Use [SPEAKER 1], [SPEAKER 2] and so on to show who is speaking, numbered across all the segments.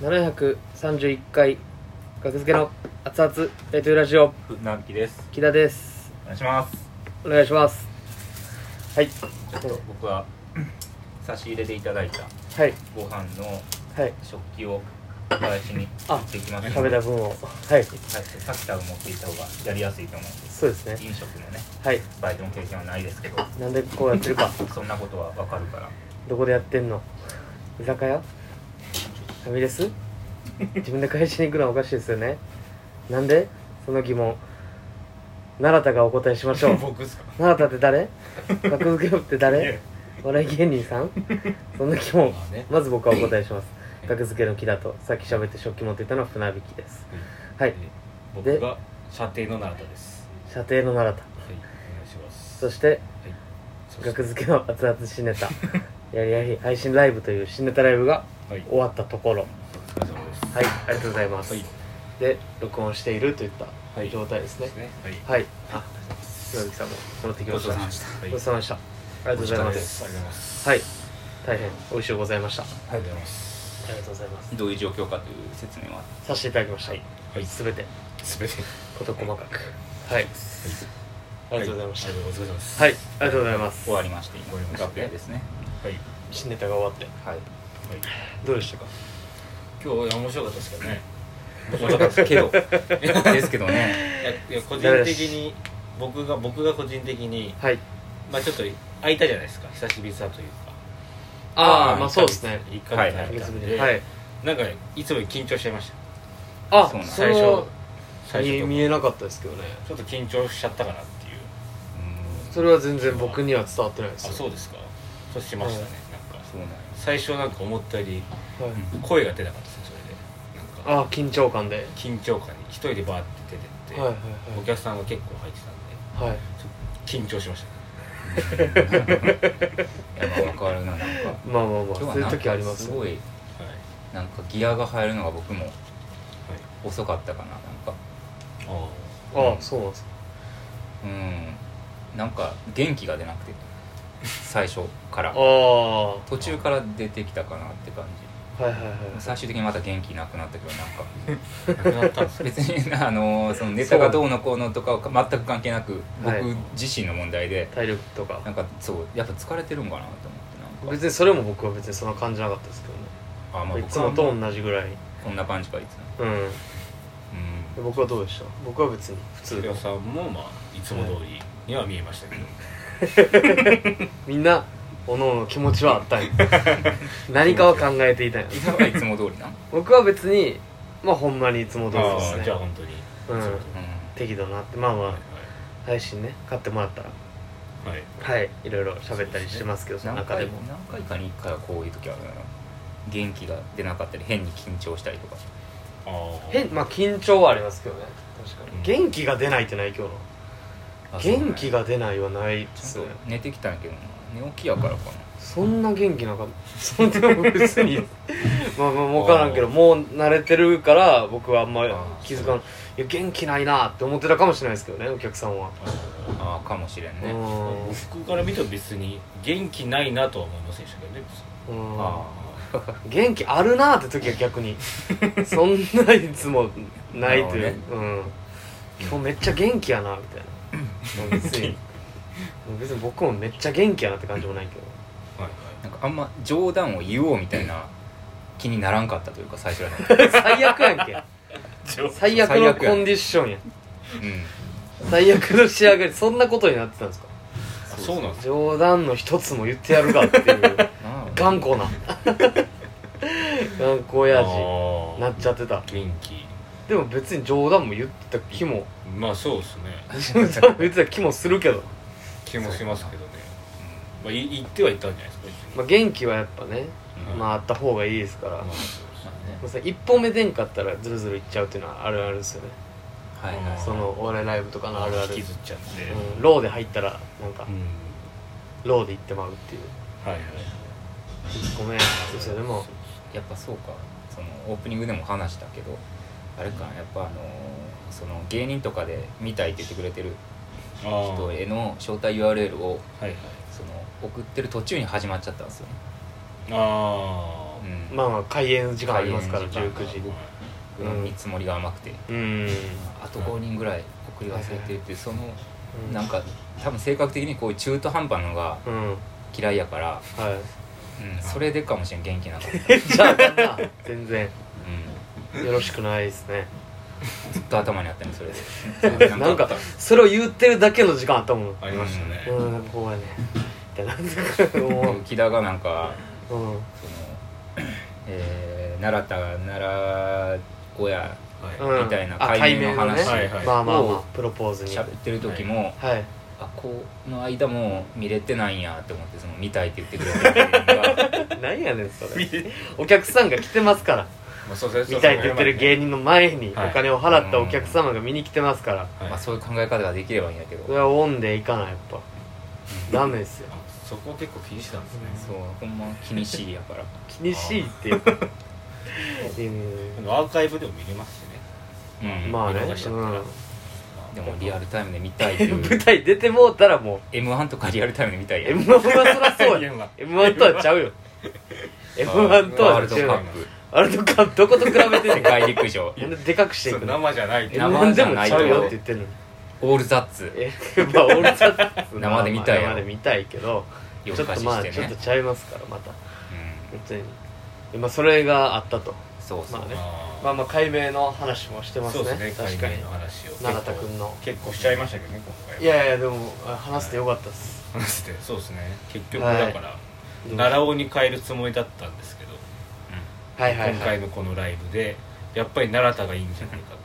[SPEAKER 1] 731回学付けの熱々ライトラジオ
[SPEAKER 2] 船木です
[SPEAKER 1] 木田です
[SPEAKER 2] お願いします
[SPEAKER 1] お願いしますはい
[SPEAKER 2] ちょっと僕は差し入れでいただいた
[SPEAKER 1] はい
[SPEAKER 2] ご飯の
[SPEAKER 1] はい
[SPEAKER 2] 食器を小林に
[SPEAKER 1] あ
[SPEAKER 2] 持ってきました
[SPEAKER 1] 食べた分をはい
[SPEAKER 2] さっき多分持っていった方がやりやすいと思う
[SPEAKER 1] そうですね
[SPEAKER 2] 飲食のね
[SPEAKER 1] はい
[SPEAKER 2] バイトの経験はないですけど
[SPEAKER 1] なんでこうやってるか
[SPEAKER 2] そんなことはわかるから
[SPEAKER 1] どこでやってんの居酒屋ファミレス自分で返しに行くのはおかしいですよねなんでその疑問奈良田がお答えしまし ょう
[SPEAKER 2] 僕っすか
[SPEAKER 1] 奈良田って誰学付け部って
[SPEAKER 2] い
[SPEAKER 1] 誰
[SPEAKER 2] え
[SPEAKER 1] お笑い芸人 さんその疑問
[SPEAKER 2] まあね
[SPEAKER 1] まず僕はお答えします学付けの木だとさっき喋って食器持っていたのは船引きですはいで
[SPEAKER 3] 僕が射程の奈良田です。
[SPEAKER 1] 射程の奈良田
[SPEAKER 3] はい、お願いします。
[SPEAKER 1] そして
[SPEAKER 3] はい、そして
[SPEAKER 1] 学付けの熱々新ネ タやりやり配信ライブという新ネタライブが
[SPEAKER 3] はい、
[SPEAKER 1] 終わったところ
[SPEAKER 3] お疲れ様です。
[SPEAKER 1] はいありがとうございます、
[SPEAKER 3] はい
[SPEAKER 1] で録音しているといった
[SPEAKER 3] はい
[SPEAKER 1] 状態ですね
[SPEAKER 3] ですね。はい、
[SPEAKER 1] はい、あ岩崎さんも戻ってきました
[SPEAKER 3] ました。はい、
[SPEAKER 1] ごちそうさまでしたありがとうござい
[SPEAKER 3] お疲れ様
[SPEAKER 1] ま
[SPEAKER 3] ですす。ありがとうございます。
[SPEAKER 1] はい大変美味しゅうございましたあ
[SPEAKER 3] ありがとうございます。
[SPEAKER 1] りがとうございます
[SPEAKER 2] どういう状況かという説明は
[SPEAKER 1] させていただきました、はい
[SPEAKER 3] はい
[SPEAKER 1] 全て
[SPEAKER 3] すべて。
[SPEAKER 1] 事細かくはい、ありがとうございまし
[SPEAKER 3] は
[SPEAKER 1] た
[SPEAKER 3] お疲れ様です。
[SPEAKER 1] はい、ありがとうございます
[SPEAKER 2] 終わりまして
[SPEAKER 3] 終わりました
[SPEAKER 2] 楽屋ですね
[SPEAKER 3] はい、はい、
[SPEAKER 1] 新ネタが終わって
[SPEAKER 2] はい
[SPEAKER 1] どうでしたか
[SPEAKER 3] 今日は面白かったですけどね。
[SPEAKER 2] 面白かったけ どですけどね
[SPEAKER 3] いや、いや個人的に、僕が、僕が個人的に、
[SPEAKER 1] はい
[SPEAKER 3] まあ、ちょっと空いたじゃないですか。久しぶりさというか。
[SPEAKER 1] ああ
[SPEAKER 2] ー
[SPEAKER 1] まあそうですね
[SPEAKER 3] 一ヶ月
[SPEAKER 2] はい
[SPEAKER 3] 空い
[SPEAKER 1] 月
[SPEAKER 3] たん
[SPEAKER 1] ぶり
[SPEAKER 3] で、
[SPEAKER 1] にはい
[SPEAKER 3] なんか、いつもより緊張しちゃいました。
[SPEAKER 1] あ
[SPEAKER 2] そうなん
[SPEAKER 1] 最
[SPEAKER 3] 最初
[SPEAKER 1] 初
[SPEAKER 3] 最初
[SPEAKER 1] 見え
[SPEAKER 3] と
[SPEAKER 1] 見えなかったですけどね
[SPEAKER 3] ちょっと緊張しちゃったかなっていう。
[SPEAKER 1] それは全然僕には伝わってないで
[SPEAKER 3] あ
[SPEAKER 1] すよ
[SPEAKER 3] そうですかそうしましたね、なん か
[SPEAKER 2] そうなんよ
[SPEAKER 3] 最初なんか思ったより
[SPEAKER 1] はい
[SPEAKER 3] 声が出なかったですねそれでなんか
[SPEAKER 1] ああ緊張感で
[SPEAKER 3] 緊張感に一人でバーって出てって、
[SPEAKER 1] はいはい
[SPEAKER 3] お客さんが結構入ってたんで
[SPEAKER 1] はいはい
[SPEAKER 3] ちょっと緊張しましたね
[SPEAKER 2] やっぱわかるななんか
[SPEAKER 1] まあまあまあ
[SPEAKER 2] 今
[SPEAKER 1] そ
[SPEAKER 2] 日
[SPEAKER 1] ういう
[SPEAKER 2] はなん
[SPEAKER 1] 時あり
[SPEAKER 2] か
[SPEAKER 1] ます
[SPEAKER 2] す
[SPEAKER 1] よ
[SPEAKER 2] ごい
[SPEAKER 3] はい、
[SPEAKER 2] なんかギアが入るのが僕も
[SPEAKER 3] はい、
[SPEAKER 2] 遅かったかななんか
[SPEAKER 3] あ
[SPEAKER 1] ああそうなんですか
[SPEAKER 2] うんなんか元気が出なくて最初から
[SPEAKER 1] ああは
[SPEAKER 2] 途中から出てきたかなって感
[SPEAKER 1] いはいはい
[SPEAKER 2] じ最終的にまた元気なくなったけどなんか
[SPEAKER 3] あなくなったん ですか
[SPEAKER 2] 別にあのそのネタがどうのこうのとかは全く関係なく
[SPEAKER 1] はい
[SPEAKER 2] 僕自身の問題で
[SPEAKER 1] 体力とか
[SPEAKER 2] なんかそうやっぱ疲れてるんかなと思ってなんか
[SPEAKER 1] 別にそれも僕は別にそんな感じなかったですけどね
[SPEAKER 2] あまあ
[SPEAKER 1] い
[SPEAKER 2] 僕
[SPEAKER 1] つ
[SPEAKER 2] は
[SPEAKER 1] もと
[SPEAKER 2] もう
[SPEAKER 1] 同じぐらい
[SPEAKER 2] こんな感じかいつも
[SPEAKER 1] うん
[SPEAKER 2] うん
[SPEAKER 1] 僕はどうでした僕は別に普通
[SPEAKER 3] お客さんもまあいつも通りには見えましたけど、
[SPEAKER 1] みんなおのおの気持ちはあったんよ何かを考えていたんよ
[SPEAKER 2] 伊沢はいつも通りな
[SPEAKER 1] 僕は別にまあほんまにいつも通り
[SPEAKER 3] あ
[SPEAKER 1] です
[SPEAKER 3] あ
[SPEAKER 1] ね
[SPEAKER 3] じゃあ本当に、
[SPEAKER 1] うん
[SPEAKER 3] そう
[SPEAKER 2] う
[SPEAKER 1] 適度なってまあま
[SPEAKER 3] はい
[SPEAKER 1] あ配信ね買ってもらったら
[SPEAKER 3] はい、はい、
[SPEAKER 1] はいいろいろ喋ったり してますけど
[SPEAKER 2] ん
[SPEAKER 1] その
[SPEAKER 2] 何
[SPEAKER 1] 中で
[SPEAKER 2] 回
[SPEAKER 1] も
[SPEAKER 2] 何回かに1回はこういう時あるな元気が出なかったり変に緊張したりとか
[SPEAKER 3] ああ
[SPEAKER 1] 変まあ緊張はありますけどね確かに
[SPEAKER 3] うん
[SPEAKER 1] 元気が出ないってない今日の元気が出ないはないです
[SPEAKER 2] そ
[SPEAKER 1] ね
[SPEAKER 2] う寝てきたんやけどな寝起きやからか
[SPEAKER 1] そんな元気なかったそんな別 にまあまあ分からんけどもう慣れてるから僕はあんま気づかんいや元気ないなって思ってたかもしれないですけどねお客さんは、
[SPEAKER 2] なああかもしれん
[SPEAKER 1] う
[SPEAKER 2] ね
[SPEAKER 1] ん
[SPEAKER 3] 僕から見ても別に元気ないなとは思いませんでしたけどね別に
[SPEAKER 1] うん
[SPEAKER 2] あ
[SPEAKER 1] 元気あるなって時は逆 にそんないつもないという、
[SPEAKER 2] なる
[SPEAKER 1] うん今日めっちゃ元気やなみたいな別 に別に僕もめっちゃ元気やなって感じもないけど
[SPEAKER 3] はい
[SPEAKER 2] あなんかあんま冗談を言おうみたいな気にならんかったというか最初ら へん
[SPEAKER 1] 最悪やんけ
[SPEAKER 3] はい
[SPEAKER 1] 最悪
[SPEAKER 2] 最
[SPEAKER 1] の
[SPEAKER 2] 悪や
[SPEAKER 1] コンディションや
[SPEAKER 2] うん
[SPEAKER 1] 最悪の仕上がりそんなことになってたんですか
[SPEAKER 3] あそうなんですか
[SPEAKER 1] 冗談の一つも言ってやるかっていう
[SPEAKER 2] なあ
[SPEAKER 1] 頑固な頑固親父
[SPEAKER 3] あー
[SPEAKER 1] なっちゃってた
[SPEAKER 3] 元気
[SPEAKER 1] でも別に冗談も言ってた気も
[SPEAKER 3] まあそうです
[SPEAKER 1] 冗
[SPEAKER 3] ね
[SPEAKER 1] 談も言ってた気もするけど
[SPEAKER 3] 気もしますけどね、まあ、い言ってはいったんじゃないですか
[SPEAKER 1] まあ、元気はやっぱね、
[SPEAKER 3] うん
[SPEAKER 1] まああった方がいいですから、
[SPEAKER 3] ま
[SPEAKER 1] ま
[SPEAKER 2] ま
[SPEAKER 1] あ、さ一本目出んかったらズルズルいっちゃうっていうのはあるあるですよね
[SPEAKER 2] あねはいはい
[SPEAKER 1] そのお笑いライブとかのあるある、
[SPEAKER 3] 引きずっちゃって、
[SPEAKER 1] うん、ローで入ったらなんか、
[SPEAKER 3] うん
[SPEAKER 1] ローで行ってまうっていう
[SPEAKER 3] はいはい
[SPEAKER 1] ごめんそれでも
[SPEAKER 2] やっぱそうかそのオープニングでも話したけどあれかやっぱあのーその芸人とかで見たいって言ってくれてる
[SPEAKER 3] ああ
[SPEAKER 2] 人
[SPEAKER 3] はい
[SPEAKER 2] への招待 URL を
[SPEAKER 3] はい
[SPEAKER 2] その送ってる途中に始まっちゃったんですよね
[SPEAKER 3] ああ
[SPEAKER 2] うん
[SPEAKER 1] まあまあ開演時間ありますから
[SPEAKER 2] 開演時間
[SPEAKER 1] 19時に
[SPEAKER 2] 僕の見積もりが甘くて、
[SPEAKER 1] うん
[SPEAKER 2] あと5人ぐらい送り忘れててその
[SPEAKER 1] うん
[SPEAKER 2] なんか多分性格的にこういう中途半端なのが
[SPEAKER 1] うんは
[SPEAKER 2] 嫌いやから、
[SPEAKER 1] い
[SPEAKER 2] うん、それでかもしれん元気なかった、
[SPEAKER 1] え じゃああかんな全然
[SPEAKER 2] う
[SPEAKER 1] よろしくないですね
[SPEAKER 2] ん、ずっと頭にあったねそれでそれでなんか
[SPEAKER 1] なんかそれを言ってるだけの時間あったもん
[SPEAKER 3] ありましたね、
[SPEAKER 1] うんなんかこうやねみたいななんかも
[SPEAKER 2] 木田がなんか
[SPEAKER 1] う うん
[SPEAKER 2] その、えー、奈良田奈良小屋
[SPEAKER 3] はい
[SPEAKER 1] うん
[SPEAKER 2] みたいな
[SPEAKER 1] あ
[SPEAKER 2] 解明の話
[SPEAKER 1] 解
[SPEAKER 3] は
[SPEAKER 1] 明のね
[SPEAKER 3] いはい
[SPEAKER 1] まあまあま
[SPEAKER 2] を
[SPEAKER 1] あプロポーズに
[SPEAKER 2] 喋ってる時も、
[SPEAKER 1] はい
[SPEAKER 2] あこの間も見れてないんやって思ってその見たいって言ってくれた 芸人が
[SPEAKER 1] 何やねん それお客さんが来てますから
[SPEAKER 3] まあ、そうですね
[SPEAKER 1] 見たいって言ってる芸人の前にお
[SPEAKER 3] はい
[SPEAKER 1] 金を払ったお客様が見に来てますから
[SPEAKER 3] はい
[SPEAKER 2] まあ、そういう考え方ができればいいんやけど
[SPEAKER 1] そ
[SPEAKER 2] そう
[SPEAKER 1] れはオンでいかないやっぱダメですよ
[SPEAKER 3] あそこ結構気にしてたんですね、
[SPEAKER 2] ほんま気にしいや から
[SPEAKER 1] 気にしいって いうかうん
[SPEAKER 3] アーカイブでも見れますしね
[SPEAKER 2] うん
[SPEAKER 1] まあね、
[SPEAKER 3] 見逃しちゃったから
[SPEAKER 2] でもリアルタイムで見たいって
[SPEAKER 1] う
[SPEAKER 2] い
[SPEAKER 1] ん、
[SPEAKER 2] う
[SPEAKER 1] 舞台出てもうたらもう
[SPEAKER 2] m 1とかリアルタイムで見たいや
[SPEAKER 1] m 1はそらそうや
[SPEAKER 3] いや
[SPEAKER 1] m 1とはちゃうよ m 1と
[SPEAKER 2] ワー
[SPEAKER 1] は
[SPEAKER 2] ルド
[SPEAKER 1] 違
[SPEAKER 2] カ
[SPEAKER 1] うよ
[SPEAKER 2] ップ
[SPEAKER 1] ワールドカップどこと比べてんね
[SPEAKER 2] 世
[SPEAKER 1] んな
[SPEAKER 2] 界陸上
[SPEAKER 1] んででかくしてい
[SPEAKER 3] そ
[SPEAKER 1] く
[SPEAKER 3] う
[SPEAKER 1] の
[SPEAKER 3] 生じゃないって
[SPEAKER 1] m
[SPEAKER 2] 生
[SPEAKER 1] 1
[SPEAKER 2] じ
[SPEAKER 1] で
[SPEAKER 2] ゃ
[SPEAKER 1] も
[SPEAKER 2] ない
[SPEAKER 1] ち
[SPEAKER 2] よ
[SPEAKER 1] ゃうよって言ってんのに
[SPEAKER 2] オールザッツ
[SPEAKER 1] え まあ俺ちょっと
[SPEAKER 2] 生で見たいよ
[SPEAKER 1] 生で見たいけどちょ
[SPEAKER 2] 夜
[SPEAKER 1] っ
[SPEAKER 2] 更
[SPEAKER 1] と
[SPEAKER 2] かし
[SPEAKER 1] まあ
[SPEAKER 2] して
[SPEAKER 1] ちょっ
[SPEAKER 2] ね
[SPEAKER 1] とちゃいますからまた
[SPEAKER 2] うん
[SPEAKER 1] 本当にでまあそれがあったと
[SPEAKER 2] そうそう
[SPEAKER 1] まあね
[SPEAKER 3] あー
[SPEAKER 1] まあまあ解明の話もしてます
[SPEAKER 3] そう
[SPEAKER 1] ね
[SPEAKER 3] です
[SPEAKER 1] 確
[SPEAKER 3] ね
[SPEAKER 1] かに
[SPEAKER 3] 解明の話を
[SPEAKER 1] 奈良田君の
[SPEAKER 3] 結構しちゃいましたけどね今回
[SPEAKER 1] いやいやでもあ話してよかったっす
[SPEAKER 3] 話してそうですね結局
[SPEAKER 1] はい
[SPEAKER 3] だから、奈良尾に変えるつもりだったんですけど、
[SPEAKER 1] はいはい
[SPEAKER 3] 今
[SPEAKER 1] はい
[SPEAKER 3] 回のこのライブでやっぱり奈良田がいいんじゃないかと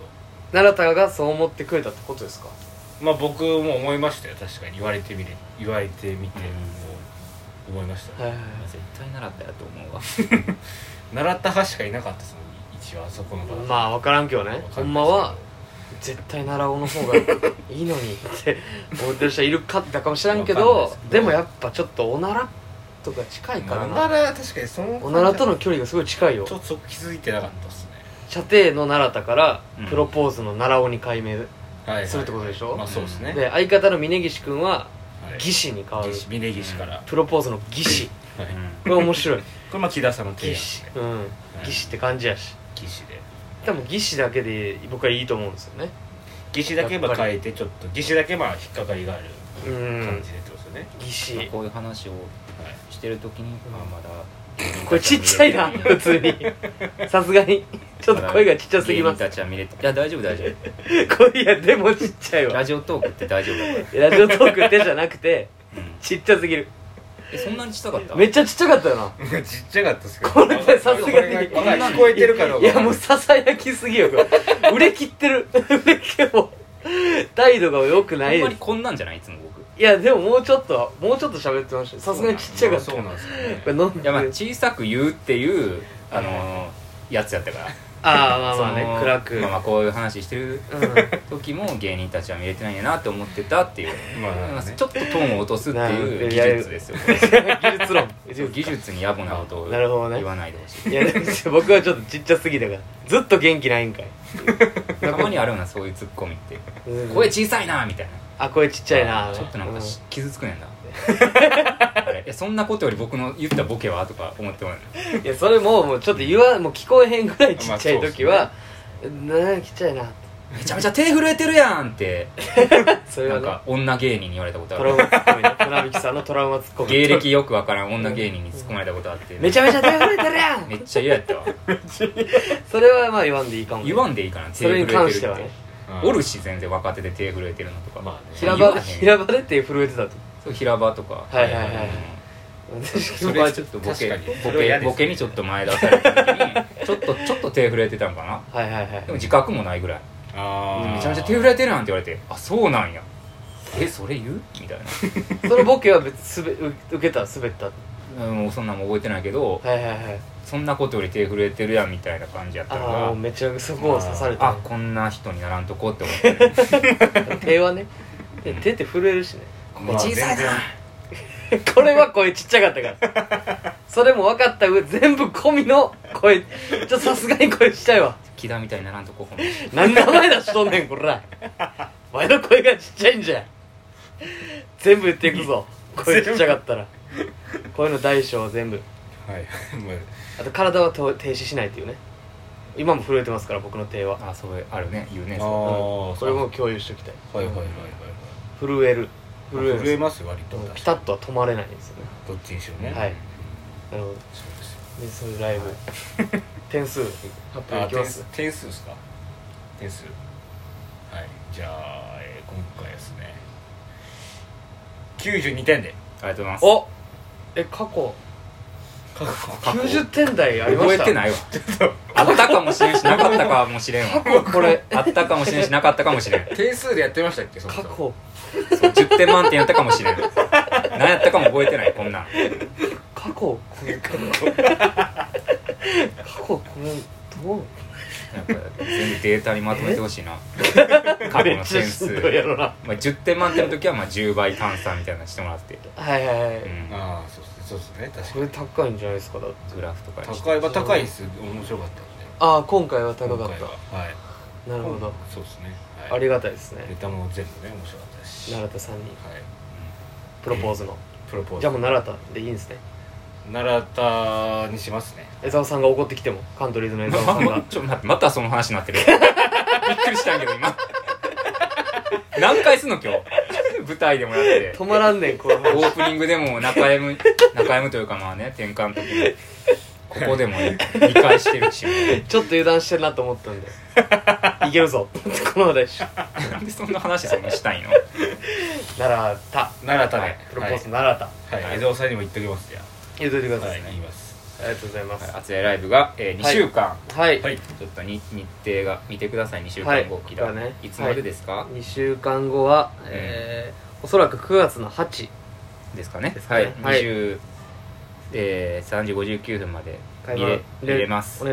[SPEAKER 1] 奈良田がそう思ってくれたってことですか
[SPEAKER 3] まあ僕も思いましたよ確かに言われてみれ言われてみて、
[SPEAKER 2] うん
[SPEAKER 3] もう思いました、
[SPEAKER 1] はいはい
[SPEAKER 2] うん絶対習ったやと思うわ
[SPEAKER 3] 奈良田派しかいなかったですもん一応あそこの場
[SPEAKER 1] はいまあ分からんけどねほんまは絶対奈良尾の方がいいのにって思ってる人いるかったかもしれんけ
[SPEAKER 3] わかん
[SPEAKER 1] ど
[SPEAKER 3] ないです
[SPEAKER 1] でもやっぱちょっとおならとか近いからな
[SPEAKER 3] 奈良確かにその
[SPEAKER 1] おならとの距離がすごい近いよ
[SPEAKER 3] ちょっとそこ気づいてなかったですね
[SPEAKER 1] 射程の奈良田から
[SPEAKER 2] うん
[SPEAKER 1] プロポーズの奈良尾に改名
[SPEAKER 3] はい、はい
[SPEAKER 1] するってことでしょ
[SPEAKER 3] まあそうですね、
[SPEAKER 1] で相方の峯岸君は
[SPEAKER 3] はい
[SPEAKER 1] 義士に変わる
[SPEAKER 3] 義士峯岸から、はい
[SPEAKER 1] プロポーズの義士これ面 白い
[SPEAKER 3] これまあ木田さんの提案
[SPEAKER 1] 義
[SPEAKER 3] です
[SPEAKER 1] 士
[SPEAKER 3] ね
[SPEAKER 1] うん義士って感じやし
[SPEAKER 3] 義士で
[SPEAKER 1] 多分義士だけで僕はいいと思うんですよね
[SPEAKER 3] 義士だけば変えてちょっと義士だけまあ引っかかりがある
[SPEAKER 1] う
[SPEAKER 3] 感
[SPEAKER 1] ん
[SPEAKER 3] じでってことですよね、
[SPEAKER 1] 義士
[SPEAKER 2] うんこういう話を
[SPEAKER 3] はい
[SPEAKER 2] してる時にまあまだ
[SPEAKER 1] これちっちゃい な普通にさすがにちょっと声がちっちゃすぎます
[SPEAKER 2] 芸人たちは見れていや大丈夫大丈夫
[SPEAKER 1] 声やでもちっちゃいわ
[SPEAKER 2] ラジオトークって大丈夫だから
[SPEAKER 1] ラジオトークってじゃなくて
[SPEAKER 2] うん
[SPEAKER 1] ちっちゃすぎる
[SPEAKER 2] えそんなにしたかった
[SPEAKER 1] めっちゃちっちゃかったよな
[SPEAKER 3] ちっ ちゃかったですけど
[SPEAKER 1] これでさすがに
[SPEAKER 3] これが聞こえてるかどう
[SPEAKER 1] い
[SPEAKER 3] か
[SPEAKER 1] やもうささやきすぎよこれ売れ切ってる売れ切もう態度が良くな
[SPEAKER 2] ほん
[SPEAKER 1] い
[SPEAKER 2] ま
[SPEAKER 1] です
[SPEAKER 2] にこんなんじゃないいつも僕
[SPEAKER 1] いやでももうちょっともうちょっと喋ってましたよさすがにちっちゃかった
[SPEAKER 3] そうなんですよね
[SPEAKER 1] これ飲ん
[SPEAKER 2] い
[SPEAKER 1] で
[SPEAKER 2] やまあ小さく言うっていうあのーやつやったから
[SPEAKER 1] ああまあまあ
[SPEAKER 2] その
[SPEAKER 1] ね暗く、
[SPEAKER 2] まあまあこういう話してる
[SPEAKER 1] う
[SPEAKER 2] 時も芸人たちは見れてないんやなって思ってたっていう
[SPEAKER 3] ま
[SPEAKER 2] ま
[SPEAKER 3] あ
[SPEAKER 2] あ
[SPEAKER 3] ね
[SPEAKER 2] ちょっとトーンを落とすっていう技術ですよ
[SPEAKER 1] ん
[SPEAKER 2] こ
[SPEAKER 1] 技術論
[SPEAKER 2] れそう技術に野暮なことを
[SPEAKER 1] なるほどね
[SPEAKER 2] 言わないでほしい
[SPEAKER 1] いやでも僕はちょっとちっちゃすぎたからずっと元気ないんかい
[SPEAKER 2] たまにあるようなそういうツッコミって
[SPEAKER 1] うん
[SPEAKER 2] 声小さいなみたいな
[SPEAKER 1] あ声ちっちゃいな
[SPEAKER 2] ちょっとなんかし
[SPEAKER 1] う
[SPEAKER 2] 傷つくねんなあれいやそんなことより僕の言ったボケはとか思ってもらえ
[SPEAKER 1] んいやそれももうちょっと言わもう聞こえへんぐらいちっちゃい時
[SPEAKER 3] ま
[SPEAKER 1] は、なあちっちゃいなって
[SPEAKER 2] めちゃめちゃ手震えてるやんって
[SPEAKER 1] それ
[SPEAKER 2] な
[SPEAKER 1] は
[SPEAKER 2] ん
[SPEAKER 1] ね
[SPEAKER 2] か女芸人に言われたこと
[SPEAKER 1] ト
[SPEAKER 2] あ
[SPEAKER 1] ラウ
[SPEAKER 2] る
[SPEAKER 1] マツッコミね船引さんのトラウマツッコミ
[SPEAKER 2] 芸歴よくわからん女芸人に突っ込まれたことあって
[SPEAKER 1] めちゃめちゃ手震えてるやん
[SPEAKER 2] めっちゃ嫌やったわ
[SPEAKER 1] それはまあ言わんでいいかも
[SPEAKER 2] 言わんでいいかな手
[SPEAKER 1] それ
[SPEAKER 2] 震え
[SPEAKER 1] に
[SPEAKER 2] てるっ
[SPEAKER 1] 関
[SPEAKER 2] て
[SPEAKER 1] してはね
[SPEAKER 2] おるし全然若手で手震えてるのとか、
[SPEAKER 3] まあね
[SPEAKER 1] 平
[SPEAKER 2] 言わ
[SPEAKER 1] 場
[SPEAKER 2] へん
[SPEAKER 1] 平場で手震えてたと
[SPEAKER 2] そう平場とか
[SPEAKER 1] はいはいはい
[SPEAKER 2] そ
[SPEAKER 1] 私
[SPEAKER 2] れはちょっとボケ
[SPEAKER 3] 確かに
[SPEAKER 2] ボ
[SPEAKER 3] それは
[SPEAKER 2] ケ
[SPEAKER 3] 嫌ですね
[SPEAKER 2] ボケにちょっと前出された時にちょっとちょっと手震えてたんかな
[SPEAKER 1] はいはいは
[SPEAKER 2] でも
[SPEAKER 1] い
[SPEAKER 2] 自覚もないぐらい
[SPEAKER 3] あー
[SPEAKER 2] めちゃめちゃ手震えてるなんて言われてあそうなんやえそれ言うみたい
[SPEAKER 1] そのボケは別にすべ受受けた滑ったは
[SPEAKER 2] なうんもうそんなんも覚えてないけど
[SPEAKER 1] いはいはい
[SPEAKER 2] そんなことより手震えてるやんみたいな感じやったの
[SPEAKER 1] ああ
[SPEAKER 2] が
[SPEAKER 1] もうめちゃそこを刺された
[SPEAKER 2] あ
[SPEAKER 1] ね
[SPEAKER 2] こんな人にならんとこって思って
[SPEAKER 1] 手はね手手って震えるしね
[SPEAKER 3] まあ
[SPEAKER 2] 小さいな
[SPEAKER 1] これは声ちっちゃかったからそれも分かった上全部込みの声ちょっとさすがに声ちっちゃいわ
[SPEAKER 2] 木田みたいにならんとこほんま
[SPEAKER 1] 何名前出しとんねんこらお前の声がちっちゃいんじゃ全部言っていくぞ声ちっちゃかったらこういうの大小全部
[SPEAKER 3] 全然はい、ま
[SPEAKER 1] あと体はと停止しないっていうね今も震えてますから僕の手は
[SPEAKER 2] あそれあるね言うね
[SPEAKER 3] あ
[SPEAKER 2] そ
[SPEAKER 3] ー
[SPEAKER 1] うんこれも共有しておきたい
[SPEAKER 3] あ、はいはいはいはい
[SPEAKER 1] 震える
[SPEAKER 3] はい、
[SPEAKER 1] 震える
[SPEAKER 3] 震えます割と
[SPEAKER 1] うんピ
[SPEAKER 3] 確
[SPEAKER 1] タ
[SPEAKER 3] か
[SPEAKER 1] ッとは止まれないんですよね
[SPEAKER 3] にどっちにしろね
[SPEAKER 1] はいなるほど
[SPEAKER 3] そうですよ
[SPEAKER 1] でそういうライブ点数発表
[SPEAKER 3] あ
[SPEAKER 1] いきます
[SPEAKER 3] 点点数ですか点数はいじゃあ、えー今回ですね92点で
[SPEAKER 2] うありがとうございます
[SPEAKER 1] おえ過去
[SPEAKER 3] 過去
[SPEAKER 1] 90点台ありま
[SPEAKER 2] 覚
[SPEAKER 1] し
[SPEAKER 2] え
[SPEAKER 1] た
[SPEAKER 2] てないわあったかもしれんしなかったかもしれんわ
[SPEAKER 1] これ
[SPEAKER 2] あったかもしれんしなかったかもしれん
[SPEAKER 3] 点数でやってましたっけそもそ
[SPEAKER 1] 過
[SPEAKER 3] も
[SPEAKER 1] 去
[SPEAKER 2] そう10点満点やったかもしれん何やったかも覚えてないこんなん
[SPEAKER 1] 過去これ過去これどう
[SPEAKER 2] やっぱ全部データにまとめて ほしいな過去の点数
[SPEAKER 1] めっちゃしんどいやろな
[SPEAKER 2] まあ、10点満点の時はまあ10倍換算みたいなのしてもらって、
[SPEAKER 1] はいはいはい
[SPEAKER 2] うん、
[SPEAKER 3] ああそうですねそうですね確
[SPEAKER 1] これ高いんじゃないですかだって
[SPEAKER 2] グラフとか
[SPEAKER 3] か
[SPEAKER 2] に
[SPEAKER 3] に
[SPEAKER 2] して
[SPEAKER 3] 高いは高いです面白かったんで
[SPEAKER 1] ああ今回は高かっ
[SPEAKER 3] 今回ははい
[SPEAKER 1] たなるほど
[SPEAKER 3] そうですね、
[SPEAKER 1] ありがたいですね
[SPEAKER 3] ネタも全部ね面白かったし
[SPEAKER 1] 奈良田さんに
[SPEAKER 3] はい
[SPEAKER 1] プロポーズの
[SPEAKER 3] プロポーズ
[SPEAKER 1] じゃあもう奈良田でいいんですね
[SPEAKER 3] 奈良田にしますね
[SPEAKER 1] 江沢さんが怒ってきてもカントリーズの江沢さん
[SPEAKER 2] まあ まあ
[SPEAKER 1] が
[SPEAKER 2] ちょっと待ってまたその話に なってるびっくりしたんやけど今何回すんの今日舞台でもやって
[SPEAKER 1] 止まらんねんこの
[SPEAKER 2] オ
[SPEAKER 1] 話
[SPEAKER 2] ープニングでも中 M 中 M というかまあね転換の時もこ こでも理解してるし
[SPEAKER 1] ちょっと油断してるなと思ったんでいけるぞこの話題し
[SPEAKER 2] なんでそんな話そんなしたいの
[SPEAKER 1] 奈良田
[SPEAKER 3] 奈良田で、
[SPEAKER 2] はい
[SPEAKER 1] プロポーズ
[SPEAKER 3] は
[SPEAKER 1] 奈良田
[SPEAKER 3] い、はい、江戸さんにも言っておきますじゃ
[SPEAKER 1] 言うといてくだ
[SPEAKER 3] あ、は
[SPEAKER 1] さい
[SPEAKER 3] い、言います
[SPEAKER 1] ありがとうございます
[SPEAKER 2] 熱いライブが、え2週間、
[SPEAKER 1] はい
[SPEAKER 3] はい
[SPEAKER 2] ちょっとに日程が見てください2週間後、
[SPEAKER 1] はい
[SPEAKER 2] きだ
[SPEAKER 1] だね
[SPEAKER 2] いつまでですか、
[SPEAKER 1] 2週間後はえーおそらく9月の8
[SPEAKER 2] ですかね
[SPEAKER 1] ですか
[SPEAKER 2] は
[SPEAKER 1] ね
[SPEAKER 2] い、
[SPEAKER 1] はい
[SPEAKER 2] 20、えー3時59分まで見
[SPEAKER 1] 会話
[SPEAKER 2] れ見れます
[SPEAKER 1] お願